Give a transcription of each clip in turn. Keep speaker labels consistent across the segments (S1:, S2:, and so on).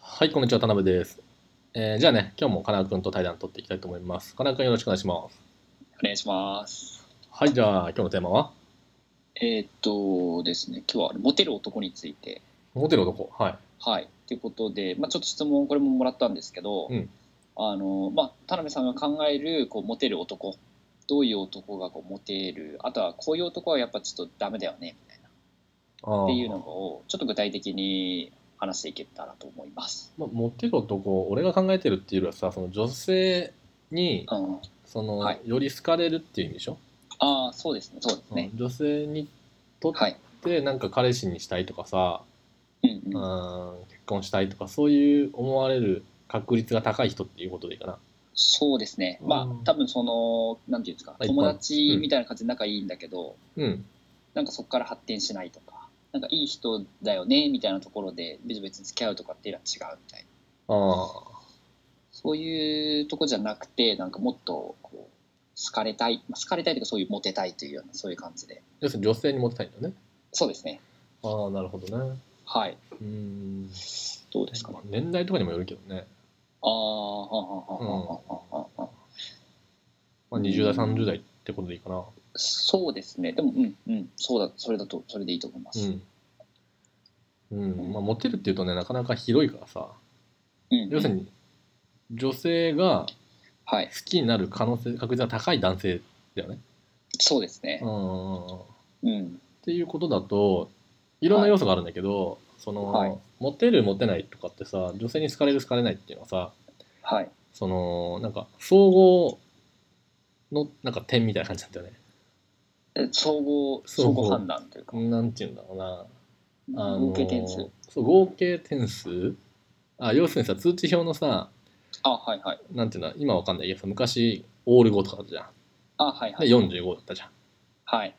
S1: はい、こんにちは、田辺です。えーじゃあね、今日も金く君と対談取っていきたいと思います。金く君よろしくお願いします。
S2: お願いします。
S1: はい、じゃあ今日のテーマは、
S2: えーっとですね、今日はモテる男について、
S1: モテる男。はい。
S2: はい、ということで、まあ、ちょっと質問、これももらったんですけど、
S1: うん
S2: あのまあ、田辺さんが考えるこうモテる男、どういう男がこうモテる、あとはこういう男はやっぱちょっとダメだよねみたいな
S1: あー
S2: っていうのを、ちょっと具体的に話していけたらと思います。
S1: まあ、モテる男、俺が考えてるっていうよりはさ、その女性に、
S2: うん、
S1: その、
S2: はい
S1: より好かれるっていう意味でしょ、
S2: ああ、そうですね、そうです
S1: うん
S2: ね。
S1: 女性にとっ
S2: はい、
S1: て、なんか彼氏にしたいとかさ、
S2: うんうん
S1: うーん、結婚したいとか、そういう思われる確率が高い人っていうことでいいかな。
S2: そうですね、
S1: う
S2: ま
S1: ん
S2: あ、多分その、なんていうんですか、
S1: い
S2: 友達みたいな感じで仲いいんだけど、
S1: うん。
S2: なんかそこから発展しないとか、なんかいい人だよねみたいなところで、別々に付き合うとかっていうのは違うみたいな、
S1: あ
S2: そういうとこじゃなくて、なんかもっとこう好かれたい、まあ、好かれたいというか、そういうモテたいというような、そういう感じで、
S1: ー要するに女性にモテたいんだよね。
S2: そうですね、
S1: ああ、なるほどね。
S2: はい、
S1: うーん。
S2: どうですかね。
S1: 年代とかにもよるけどね、
S2: あーはんはんはんはんはんはんはん
S1: まあ、20代30代ってことでいいかな
S2: そうですね、でも、うん、うん、そうだ、それだと、それでいいと思いま
S1: う
S2: す。
S1: ん、うんまあ、モテるっていうとねなかなか広いからさ
S2: うんうん
S1: 要するに女性が
S2: はい
S1: 好、きになる可能性確率が高い男性だよね
S2: そうです
S1: う
S2: ね、
S1: んうんうんっ
S2: うん、
S1: ていうことだといろんな要素があるんだけど、その、
S2: はい
S1: モテるモテないとかってさ女性に好かれる好かれないっていうのはさ
S2: はい、
S1: そのなんか総合のなんか点みたいな感じなんだよね
S2: え総合、
S1: 総
S2: 総
S1: 合
S2: 合判断というか、
S1: なんていうんだろうなあの
S2: 合計点数。
S1: そう合計点数あ要するにさ通知表のさ
S2: あ、はいはい。
S1: なんていうの今わかんないけどさ昔オール5とかだったじゃん
S2: あ、はいは
S1: で
S2: い。
S1: 45だったじゃん
S2: はい。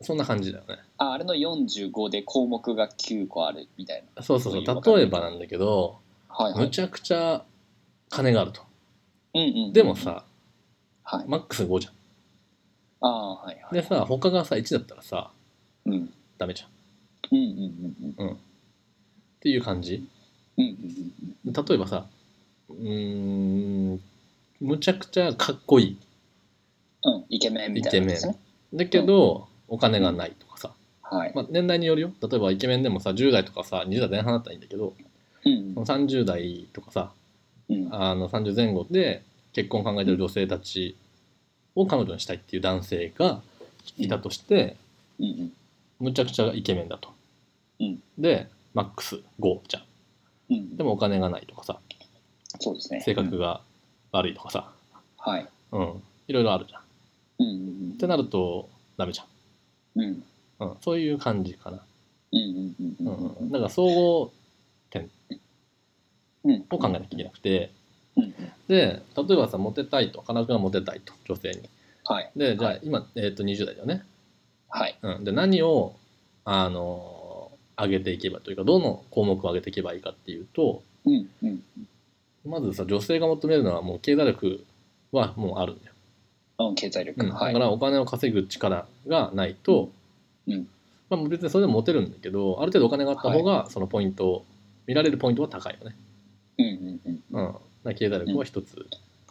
S1: そんな感じだよね
S2: ああれの45で項目が9個あるみたいな。
S1: そうそうそ
S2: そ
S1: う
S2: いうわ
S1: う
S2: かる
S1: 例えばなんだけど
S2: はいは
S1: む
S2: い。
S1: ちゃくちゃ金があると
S2: うんうん、
S1: でも、さ
S2: はい、
S1: マックス5じゃん
S2: ああー、はいはい。
S1: でさ他がさ1だったらさ
S2: うん、うん
S1: ダメじゃんっ
S2: うんうんうん
S1: ていう感じ
S2: うんうんうん。
S1: で例えばさうーんむちゃくちゃかっこいい
S2: うん、イケメンみたいな、ですね。
S1: だけどお金がないとかさ
S2: はい。
S1: まあ、年代によるよ例えばイケメンでもさ10代とかさ20代前半だったらいいんだけど
S2: うん
S1: その30代とかさ
S2: うん。うん。
S1: あの30前後で結婚を考えてる女性たちを彼女にしたいっていう男性がいたとして
S2: うん
S1: むちゃくちゃイケメンだと、
S2: うん
S1: でマックス5じゃん
S2: うん。
S1: でもお金がないとかさ
S2: そうですね。
S1: 性格
S2: うん
S1: が悪いとかさ
S2: はい。
S1: うんいろいろあるじゃんっ
S2: うんうん
S1: てなるとダメじ
S2: うん。うん
S1: ゃん、うん、そういう感じかな、
S2: うんうんうん
S1: う
S2: うんん
S1: うん、だから総合
S2: うん。
S1: を考えなきゃいけなくて
S2: うんうん。
S1: で例えばさモテたいと金君がモテたいと女性に
S2: はい。
S1: でじゃ
S2: は
S1: あ今、えー、と20代だよね、
S2: はい。
S1: うん、で何を、あのー上げていけばというかどの項目を上げていけばいいかっていうと
S2: うんうん。
S1: まずさ女性が求めるのはもう経済力はもうあるんだよ、
S2: うん、経済
S1: う
S2: 力。
S1: ん
S2: は
S1: だか
S2: い。
S1: らお金を稼ぐ力がないと、
S2: うん
S1: まあ、別にそれでもモテるんだけどある程度お金があった方がそのポイントを、見られるポイントは高いよね、
S2: うんうんうん。
S1: うん、だから経済力は一つ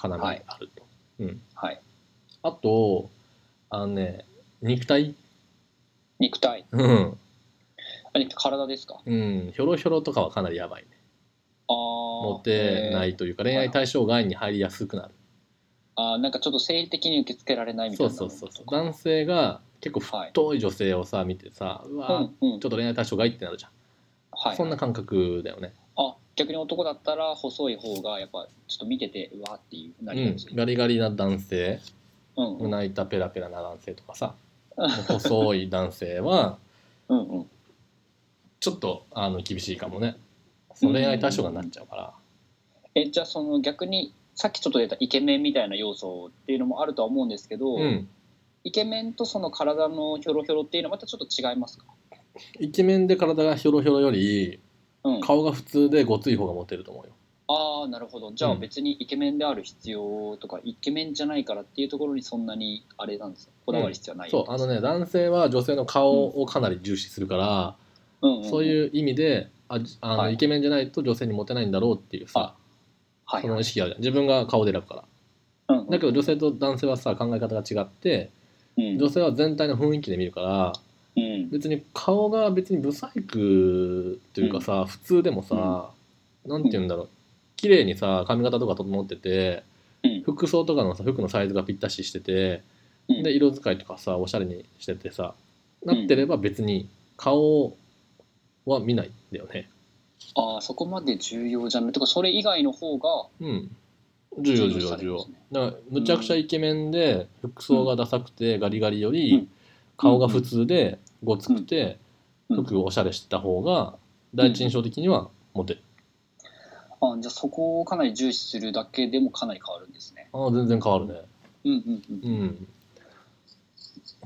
S1: 要にあると、うん、
S2: はい。
S1: あとあのね肉体
S2: 肉体。
S1: うん、
S2: あ肉体体ですか
S1: うん、ひょろひょろとかはかなりやばいね
S2: ああ。
S1: モテないというか恋愛対象外に入りやすくなる
S2: あーなんかちょっと生理的に受け付けられないみた
S1: そ
S2: いうな
S1: そうそうそう
S2: うん
S1: 男性が結構太い女性をさ見てさうわ
S2: うんうん
S1: ちょっと恋愛対象外ってなるじゃん、
S2: はい
S1: そんな感覚だよね、
S2: あ逆に男だったら細い方がやっぱちょっと見ててうわーっていうなりがち
S1: うん、ガリガリな男性
S2: うんうん
S1: 胸板ペラペラな男性とか さ
S2: うん
S1: 細い男性は
S2: うん
S1: ちょっとあの厳しいかもねその恋愛対象外になっちゃうから、
S2: えじゃあその逆にさっきちょっと出たイケメンみたいな要素っていうのもあるとは思うんですけど、
S1: うん、
S2: イケメンとその体のひょろひょろっていうのはまたちょっと違いますか、
S1: イケメンで体がひょろひょろより
S2: うん、あ
S1: 顔が普通でごつい方がモテると思うよ
S2: あーなるほどじゃ
S1: う
S2: あ
S1: ん
S2: 別にイケメンである必要とか、イケメンじゃないからっていうところにそんなにあれなんですよこだわる必要はない、
S1: そうあのね男性は女性の顔をかなり重視するから、
S2: うんうんうん、
S1: そういう意味であじあの、
S2: はい
S1: イケメンじゃないと女性にモテないんだろうっていうさ
S2: は
S1: そ
S2: い
S1: の
S2: は
S1: 意
S2: い。
S1: 識があるじゃん自分が顔で選ぶから
S2: うん
S1: だけど女性と男性はさ考え方が違って
S2: うん
S1: 女性は全体の雰囲気で見るから
S2: うん
S1: 別に顔が別に不細工というかさ、普通でもさ、なんて言うんだろう綺麗にさ髪型とか整ってて
S2: うん
S1: 服装とかのさ服のサイズがぴったししてて
S2: うん
S1: で色使いとかさおしゃれにしててさなってれば別に顔は見ないんだよね
S2: ああそこまで重要じゃないとかそれ以外の方が
S1: うん重要重要
S2: さ
S1: 重
S2: れるんで
S1: 要
S2: すね
S1: だからむちゃくちゃイケメンで服装がダサくてガリガリよ
S2: う
S1: り
S2: ん
S1: 顔が普通でごつくて
S2: うん
S1: 服をおしゃれした方が第一印象的にはモテる
S2: あじゃあそこをかなり重視するだけでもかなり変わるんですね。
S1: ああ全然変わるね
S2: うんうんうん。
S1: うん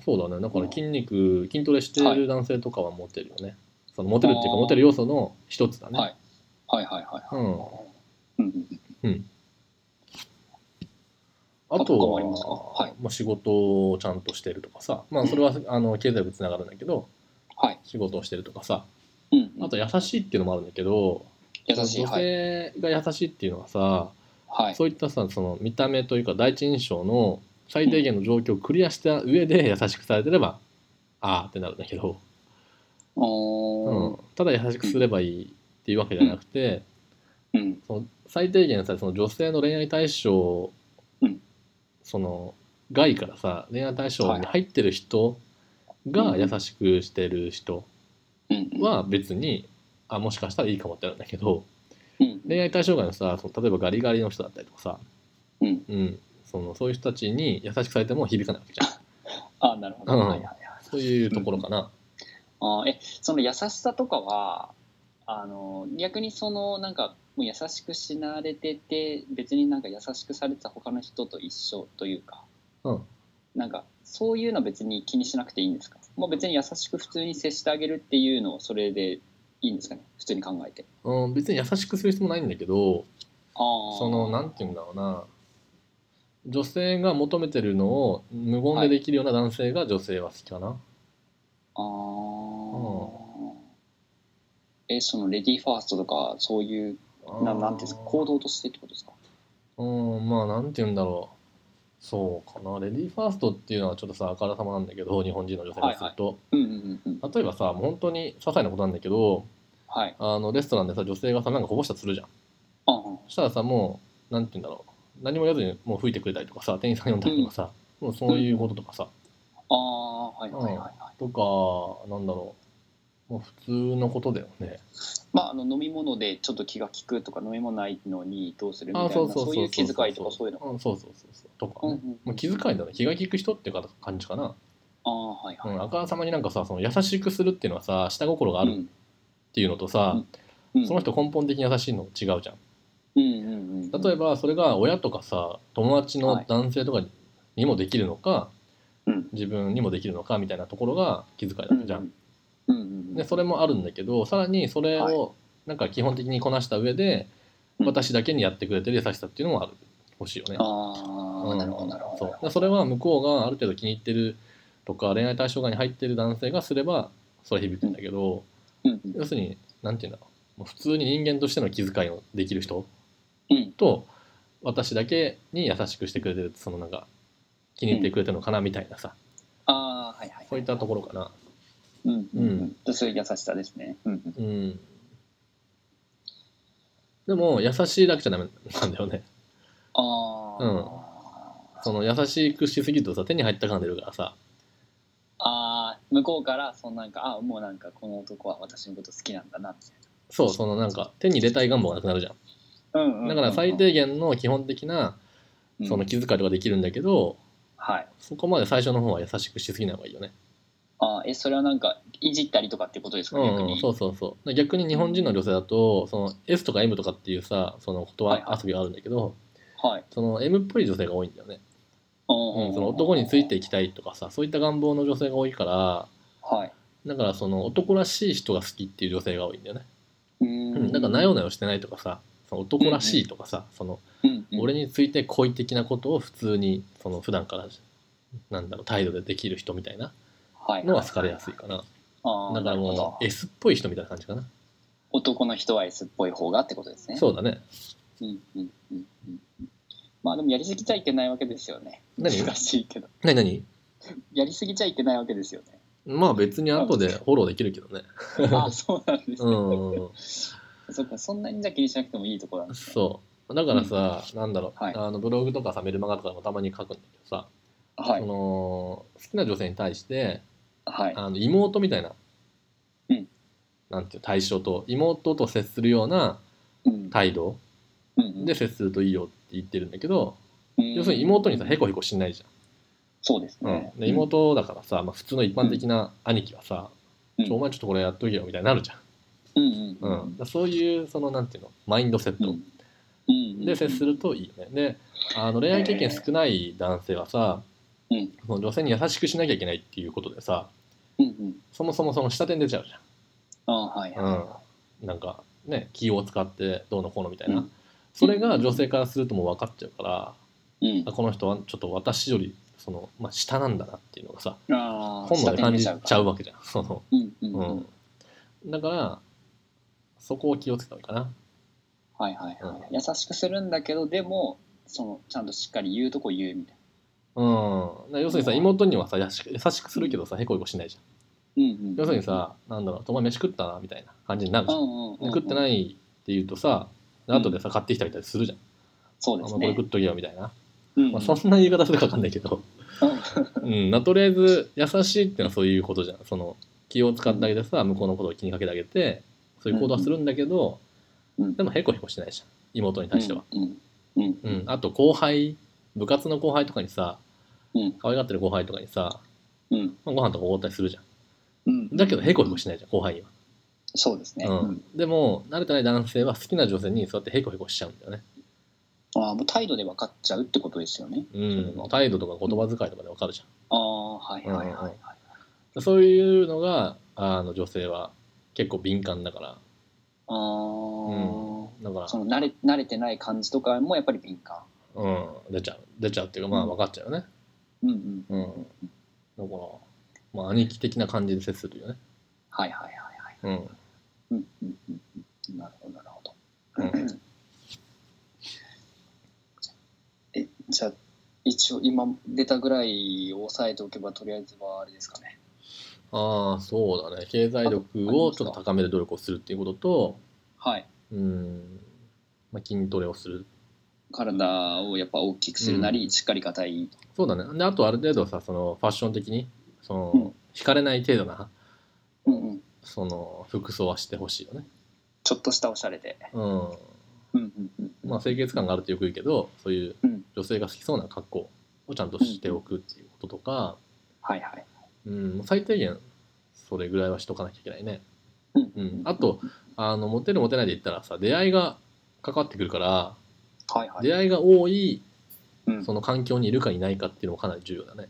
S1: そうだねだから筋肉筋トレしている男性とかはモテるよね、そのモテるっていうか
S2: あー
S1: モテる要素の一つだね、
S2: はいはいはいはい。
S1: うん
S2: うんうんうん。
S1: あと
S2: 他も
S1: は
S2: ありますかはい
S1: まあ、仕事をちゃんとしてるとかさ、まあ、それは、あの経済部つながるんだけど
S2: はい。
S1: 仕事をしてるとかさ
S2: うんうん
S1: あと優しいっていうのもあるんだけど
S2: 優しい。
S1: 女
S2: はい。
S1: 性が優しいっていうのはさ、
S2: はい。
S1: そういったさその見た目というか第一印象の最低限の状況をクリアした上で優しくされてればああってなるんだけど、
S2: あ
S1: う
S2: ー
S1: ん、ただ優しくすればいいっていうわけじゃなくて、
S2: うん
S1: その最低限さその女性の恋愛対象、
S2: うん
S1: その外からさ恋愛対象に入ってる人が
S2: はい
S1: 優しくしてる人
S2: うんうん。
S1: は別に、あもしかしたらいいかもってなるんだけど
S2: うん
S1: 恋愛対象外のさその例えばガリガリの人だったりとかさ、
S2: うん
S1: うんそのそういう人たちに優しくされても響かないわけじゃ ん
S2: あなるほど。
S1: うん
S2: はいはいはい。
S1: そういうところかな。
S2: あーえその優しさとかはあの逆にそのなんかもう優しくしなれてて別になんか優しくされてた他の人と一緒というか
S1: うん
S2: なんかそういうの別に気にしなくていいんですかもう別に優しく普通に接してあげるっていうのをそれでいいんですかね普通に考えて
S1: うん、別に優しくする必要もないんだけど
S2: あー
S1: そのなんて言うんだろうな女性が求めてるのを無言でできるような男性が女性は好きかな、
S2: あーえそのレディーファーストとかそういうななんていうんですか行動としてってことですか
S1: うんまあなんて言うんだろうそうかなレディーファーストっていうのはちょっとさあからさまなんだけど日本人の女性がすると、
S2: うんうんうんうん
S1: 例えばさもう本当に些細なことなんだけど
S2: はい
S1: あのレストランでさ女性がさなんかこぼしたとするじゃん
S2: あー
S1: そしたらさもうなんて言うんだろう何も言わずにもう吹いてくれたりとかさ店員さん呼んだりとかさ、もうそういうこととかさ、
S2: あーはいはいはいはい
S1: とかなんだろうもう普通のことだよね
S2: まあ、あの飲み物でちょっと気が利くとか飲み物ないのにどうするみたい
S1: あ
S2: な
S1: そ
S2: そう
S1: そうそう
S2: ういう気遣いとかそういうの、
S1: んそうそうそうそうとか、ね
S2: うんうん
S1: もう気遣いだね気が利く人っていう感じかな、
S2: ああはいは
S1: う
S2: い、
S1: ん、あからさまになんかさその優しくするっていうのはさ下心があるっていうのとさ、
S2: うんうん
S1: その人根本的に優しいの違うじゃん
S2: うんうんうん
S1: 例えばそれが親とかさ友達の男性とかにもできるのか、
S2: うん
S1: 自分にもできるのかみたいなところが気遣いだったじゃん、
S2: うんうん
S1: でそれもあるんだけどさらにそれをなんか基本的にこなした上で、
S2: うん
S1: 私だけにやってくれてる優しさっていうのもある欲しいよね。
S2: ああ
S1: うん
S2: なるほどなるほど
S1: そうだからそれは向こうがある程度気に入ってるとか恋愛対象外に入ってる男性がすればそれは響くんだけど、
S2: うんうん
S1: 要するになんていうんだろうもう普通に人間としての気遣いをできる人
S2: うん
S1: と私だけに優しくしてくれてるそのなんか気に入ってくれてるのかなみたいなさ、
S2: ああはいはい
S1: そういったところかな。
S2: うんうんう
S1: うん
S2: んでそういう優しさですねうんうん
S1: うん、でも優しいだけじゃダメなんだよね。
S2: ああ、
S1: うんその優しくしすぎるとさ手に入った感出るからさ
S2: ああ向こうからそんなんかああもうなんかこの男は私のこと好きなんだなみたい
S1: そうそのなんか手に入れたい願望がなくなるじゃん
S2: なうんうんうんうん
S1: だから最低限の基本的なその
S2: うん
S1: 気遣いとかできるんだけど、
S2: はい
S1: そこまで最初の方は優しくしすぎない方がいいよね、
S2: ああえそれはなんかいじったりとかってことですか
S1: う
S2: ね、
S1: んうん、そうそうそう逆に日本人の女性だとその S とか M とかっていうさその言
S2: はいは
S1: 葉
S2: い
S1: 遊びがあるんだけど、
S2: はい
S1: その M っぽい女性が多いんだよね、うん、その男についていきたいとかさそういった願望の女性が多いから
S2: はい。
S1: だからその男らしい人が好きっていう女性が多いんだよね、
S2: う
S1: うん、だからなよなよしてないとかさその男らしいとかさ、その
S2: うんうん
S1: 俺について好意的なことを普通にその普段からなんだろう態度でできる人みたいな
S2: はい
S1: のは好かれやすいかな
S2: あー
S1: だから
S2: なるほ
S1: も
S2: ど
S1: う S っぽい人みたいな感じかな
S2: 男の人は S っぽい方がってことですね。
S1: そうだね
S2: うんうんうんうんまあでもやりすぎちゃいけないわけですよね。難
S1: 何
S2: しいけど。
S1: 何何
S2: やりすぎちゃいけないわけですよ ね。
S1: まあ別に後でフォローできるけ どね
S2: ああ、そうなんです
S1: う
S2: ね。
S1: ん
S2: そっか、そんなにじゃ気にしなくてもいいところなんですね。
S1: そうだからさ、なんだろう、
S2: はい
S1: あのブログとかさメルマガとかでもたまに書くんだけどさ、
S2: は
S1: そ
S2: い。
S1: の好きな女性に対して
S2: はい。
S1: あの妹みたいな、
S2: うん
S1: なんていう対象と妹と接するような
S2: うん
S1: 態度
S2: うん
S1: で接するといいよって言ってるんだけど、
S2: うん
S1: 要するに妹にさへこへこしないじ
S2: そうです
S1: ゃん、
S2: ね。
S1: うんで妹だからさ、まあ、普通の一般的な兄貴はさ、
S2: うん
S1: ちょお前ちょっとこれやっとけよみたいになるじゃん、
S2: うんう
S1: うん
S2: ん
S1: だからそういうそのなんていうのマインドセット
S2: うん
S1: で接するといいよね。であの恋愛経験少ない男性はさ、
S2: うん
S1: その女性に優しくしなきゃいけないっていうことでさ
S2: うんうん
S1: そもそもその下手に出ちゃうじ
S2: ああはい
S1: ゃん、うん、なんかね気を使ってどうのこうのみたいな、
S2: うん
S1: それが女性からするともう分かっちゃうから
S2: うん
S1: あこの人はちょっと私よりその、まあ、下なんだなっていうのがさ
S2: ああ
S1: 本能で感じち
S2: 下手に出
S1: ゃうわけじゃん。その
S2: うんうん
S1: う
S2: うん
S1: んだからそこを気をつけた方がいいか
S2: はいはいはい優しくするんだけどでもそのちゃんとしっかり言うとこ言うみたい
S1: な。うん、だから要するにさ妹にはさ優しく優しくするけどさへこへこしないじゃん。
S2: なうんうん
S1: 要するにさ、なんだろう、お前飯食ったなみたいな感じになる
S2: う
S1: じゃん。
S2: んうん
S1: で食って
S2: い
S1: ないって言うとさ、
S2: ん
S1: 後でさ、買ってきたりとかするじゃん。
S2: そう
S1: あ
S2: で
S1: ん
S2: す
S1: まこれ
S2: ね
S1: 食っとけよみたいな。
S2: うん
S1: まあ、そんな言い方するかわかんないけど。うん、まあとりあえず、優しいってのはそういうことじゃん。その、気を使ってあげてさ、向こうのことを気にかけてあげて、そういう行動はするんだけど、
S2: うん
S1: でもへこへこしないじゃん。妹に対しては。
S2: うんうん
S1: うん、あと後輩、部活の後輩とかにさ、
S2: うん
S1: 可愛がってる後輩とかにさ、
S2: うん
S1: まあ、ご飯とかおごったりするじゃ
S2: うん
S1: ん。だけど、へこへこしないじゃん、後輩には。
S2: そうですね
S1: う
S2: うん
S1: ん、でも慣れてない男性は好きな女性にそうやってヘコヘコしちゃうんだよね、
S2: ああもう態度で分かっちゃうってことですよね
S1: うん、態度とか言葉遣いとかでわかるじ
S2: ああはいはいはいはい
S1: ゃんそういうのがあの女性は結構敏感だから
S2: ああ
S1: だか
S2: その慣れ慣れてない感じとかもやっぱり敏感
S1: ら、うん、出ちゃう出ちゃうっていうかまあ
S2: うん
S1: 分かっちゃうよね、
S2: うんうん
S1: うんだから、まあ、兄貴的な感じで接するよね、
S2: はいはいはいはい
S1: うん、
S2: うんうんうんうんなるほどなるほど。
S1: うん
S2: えじゃあ一応今出たぐらい押さえておけばとりあえずはあれですかね。
S1: ああそうだね経済力をちょっと高める努力をするっていうことと、
S2: はい。
S1: うんまあ、筋トレをする
S2: 体をやっぱ大きくするなり、
S1: うん
S2: しっかり硬い。
S1: そうだね。で、あとある程度さ、そのファッション的に、その、
S2: うん
S1: 惹かれない程度な、
S2: うんうん。
S1: その、服装はしてほしいよね。
S2: ちょっとしたおしゃれで。
S1: う
S2: うんうんうん
S1: ん。まあ、清潔感があるとよく言うけど、そういう
S2: うん
S1: 女性が好きそうな格好をちゃんとしておくっていうこととか、
S2: はいはい。
S1: うん、最低限、それぐらいはしとかなきゃいけないね。
S2: うん
S1: うん。あと、あの、モテるモテないで言ったらさ、出会いがかかってくるから、
S2: はいはい。
S1: 出会いが多い、
S2: うん
S1: その環境にいるかいないかっていうのもかなり重要だね。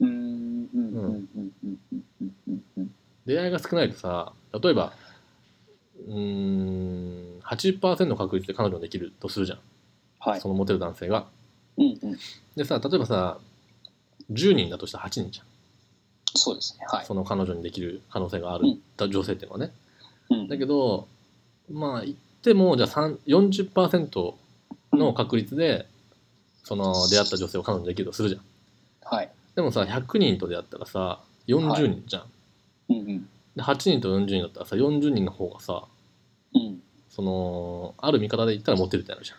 S2: うんうんうんうんうんうんうんうん
S1: 出会いが少ないとさ例えばうーん80%の確率で彼女ができるとするじゃん、
S2: はい。
S1: そのモテる男性が
S2: うんうん。
S1: でさ例えばさ10人だとしたら8人じゃん、
S2: そうですね。はい。
S1: その彼女にできる可能性がある、女性っていうのはね
S2: うん
S1: だけどまあ言ってもじゃあ3 40%の確率でその出会った女性を彼女にできるとするじゃん
S2: はい。
S1: でもさ100人と出会ったらさ40人じゃん、
S2: うんうん
S1: で8人と40人だったらさ40人の方がさ
S2: うん。
S1: そのある見方で言ったらモテるってなるじゃん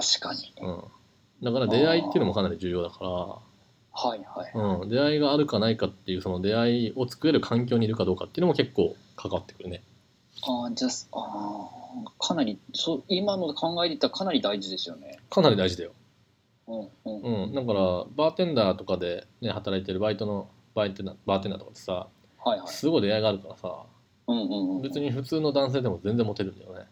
S2: 確かに。
S1: うん、だから出会いっていうのもかなり重要だか
S2: はいはい。
S1: ら、うん、出会いがあるかないかっていうその出会いを作れる環境にいるかどうかっていうのも結構かかってくるね
S2: ああ、じゃあ、ああ、かなり、そう、今の考えで言ったらかなり大事ですよね。
S1: かなり大事だよ、
S2: うん、うん、
S1: う。ん、だからバーテンダーとかで、ね、働いてるバイトのバイテンダーバーテンダーとかってさ
S2: はいはい。
S1: すごい出会いがあるからさ
S2: うん、うん、うん。
S1: 別。に普通の男性でも全然モテるんだよね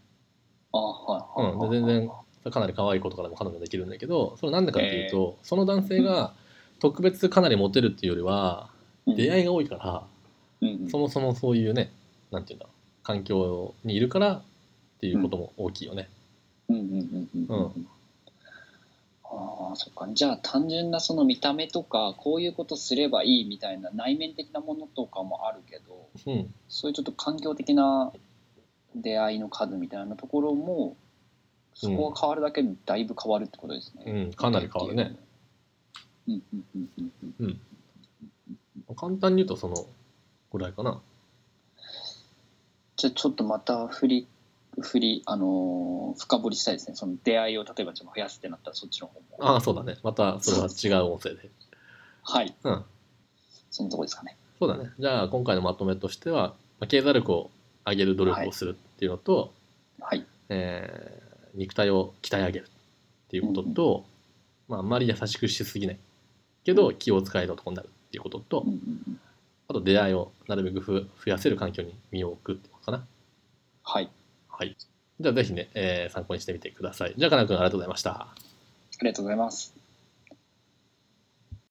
S2: ああ、はい、はい。
S1: うんで全然かなり可愛い子とかでも彼女できるんだけどそれなんでかっていうと、その男性が特別かなりモテるっていうよりは
S2: うん、
S1: 出
S2: い。
S1: 会いが多いから、
S2: うん、うん。
S1: そもそもそういうね、なんていうんだろう、環境にいるからっていうことも大きいよね。
S2: うん、うん、うん、うん。うんああ、そっか。じゃあ、単純なその見た目とか、こういうことすればいいみたいな内面的なものとかもあるけど、
S1: うん。
S2: そういうちょっと環境的な出会いの数みたいなところもそこが変わるだけでだいぶ変わるってことです
S1: う
S2: ね。
S1: ん、かなり変わるね。
S2: うんうんうんうんうん
S1: 簡単に言うとそのぐらいかな。
S2: じゃあちょっとまた振り振りあのー深掘りしたいですねその出会いを例えばちょっと増やすってなったらそっちの方も
S1: ああ、そうだね。またそれは違う音声で。
S2: はい
S1: うん、
S2: そのとこですかね
S1: そうだね。じゃあ今回のまとめとしては、まあ経済力を上げる努力をするっていうのと、
S2: はい
S1: えー肉体を鍛え上げるっていうことと、まあ、あんまり優しくしすぎないけど気を使える男になるっていうことと
S2: うんうんうん
S1: あと出会いをなるべくふ増やせる環境に身を置くってことかな。
S2: はい
S1: はい、じゃあぜひね、えー参考にしてみてください。じゃあかな君ありがとうございました。
S2: ありがとうございます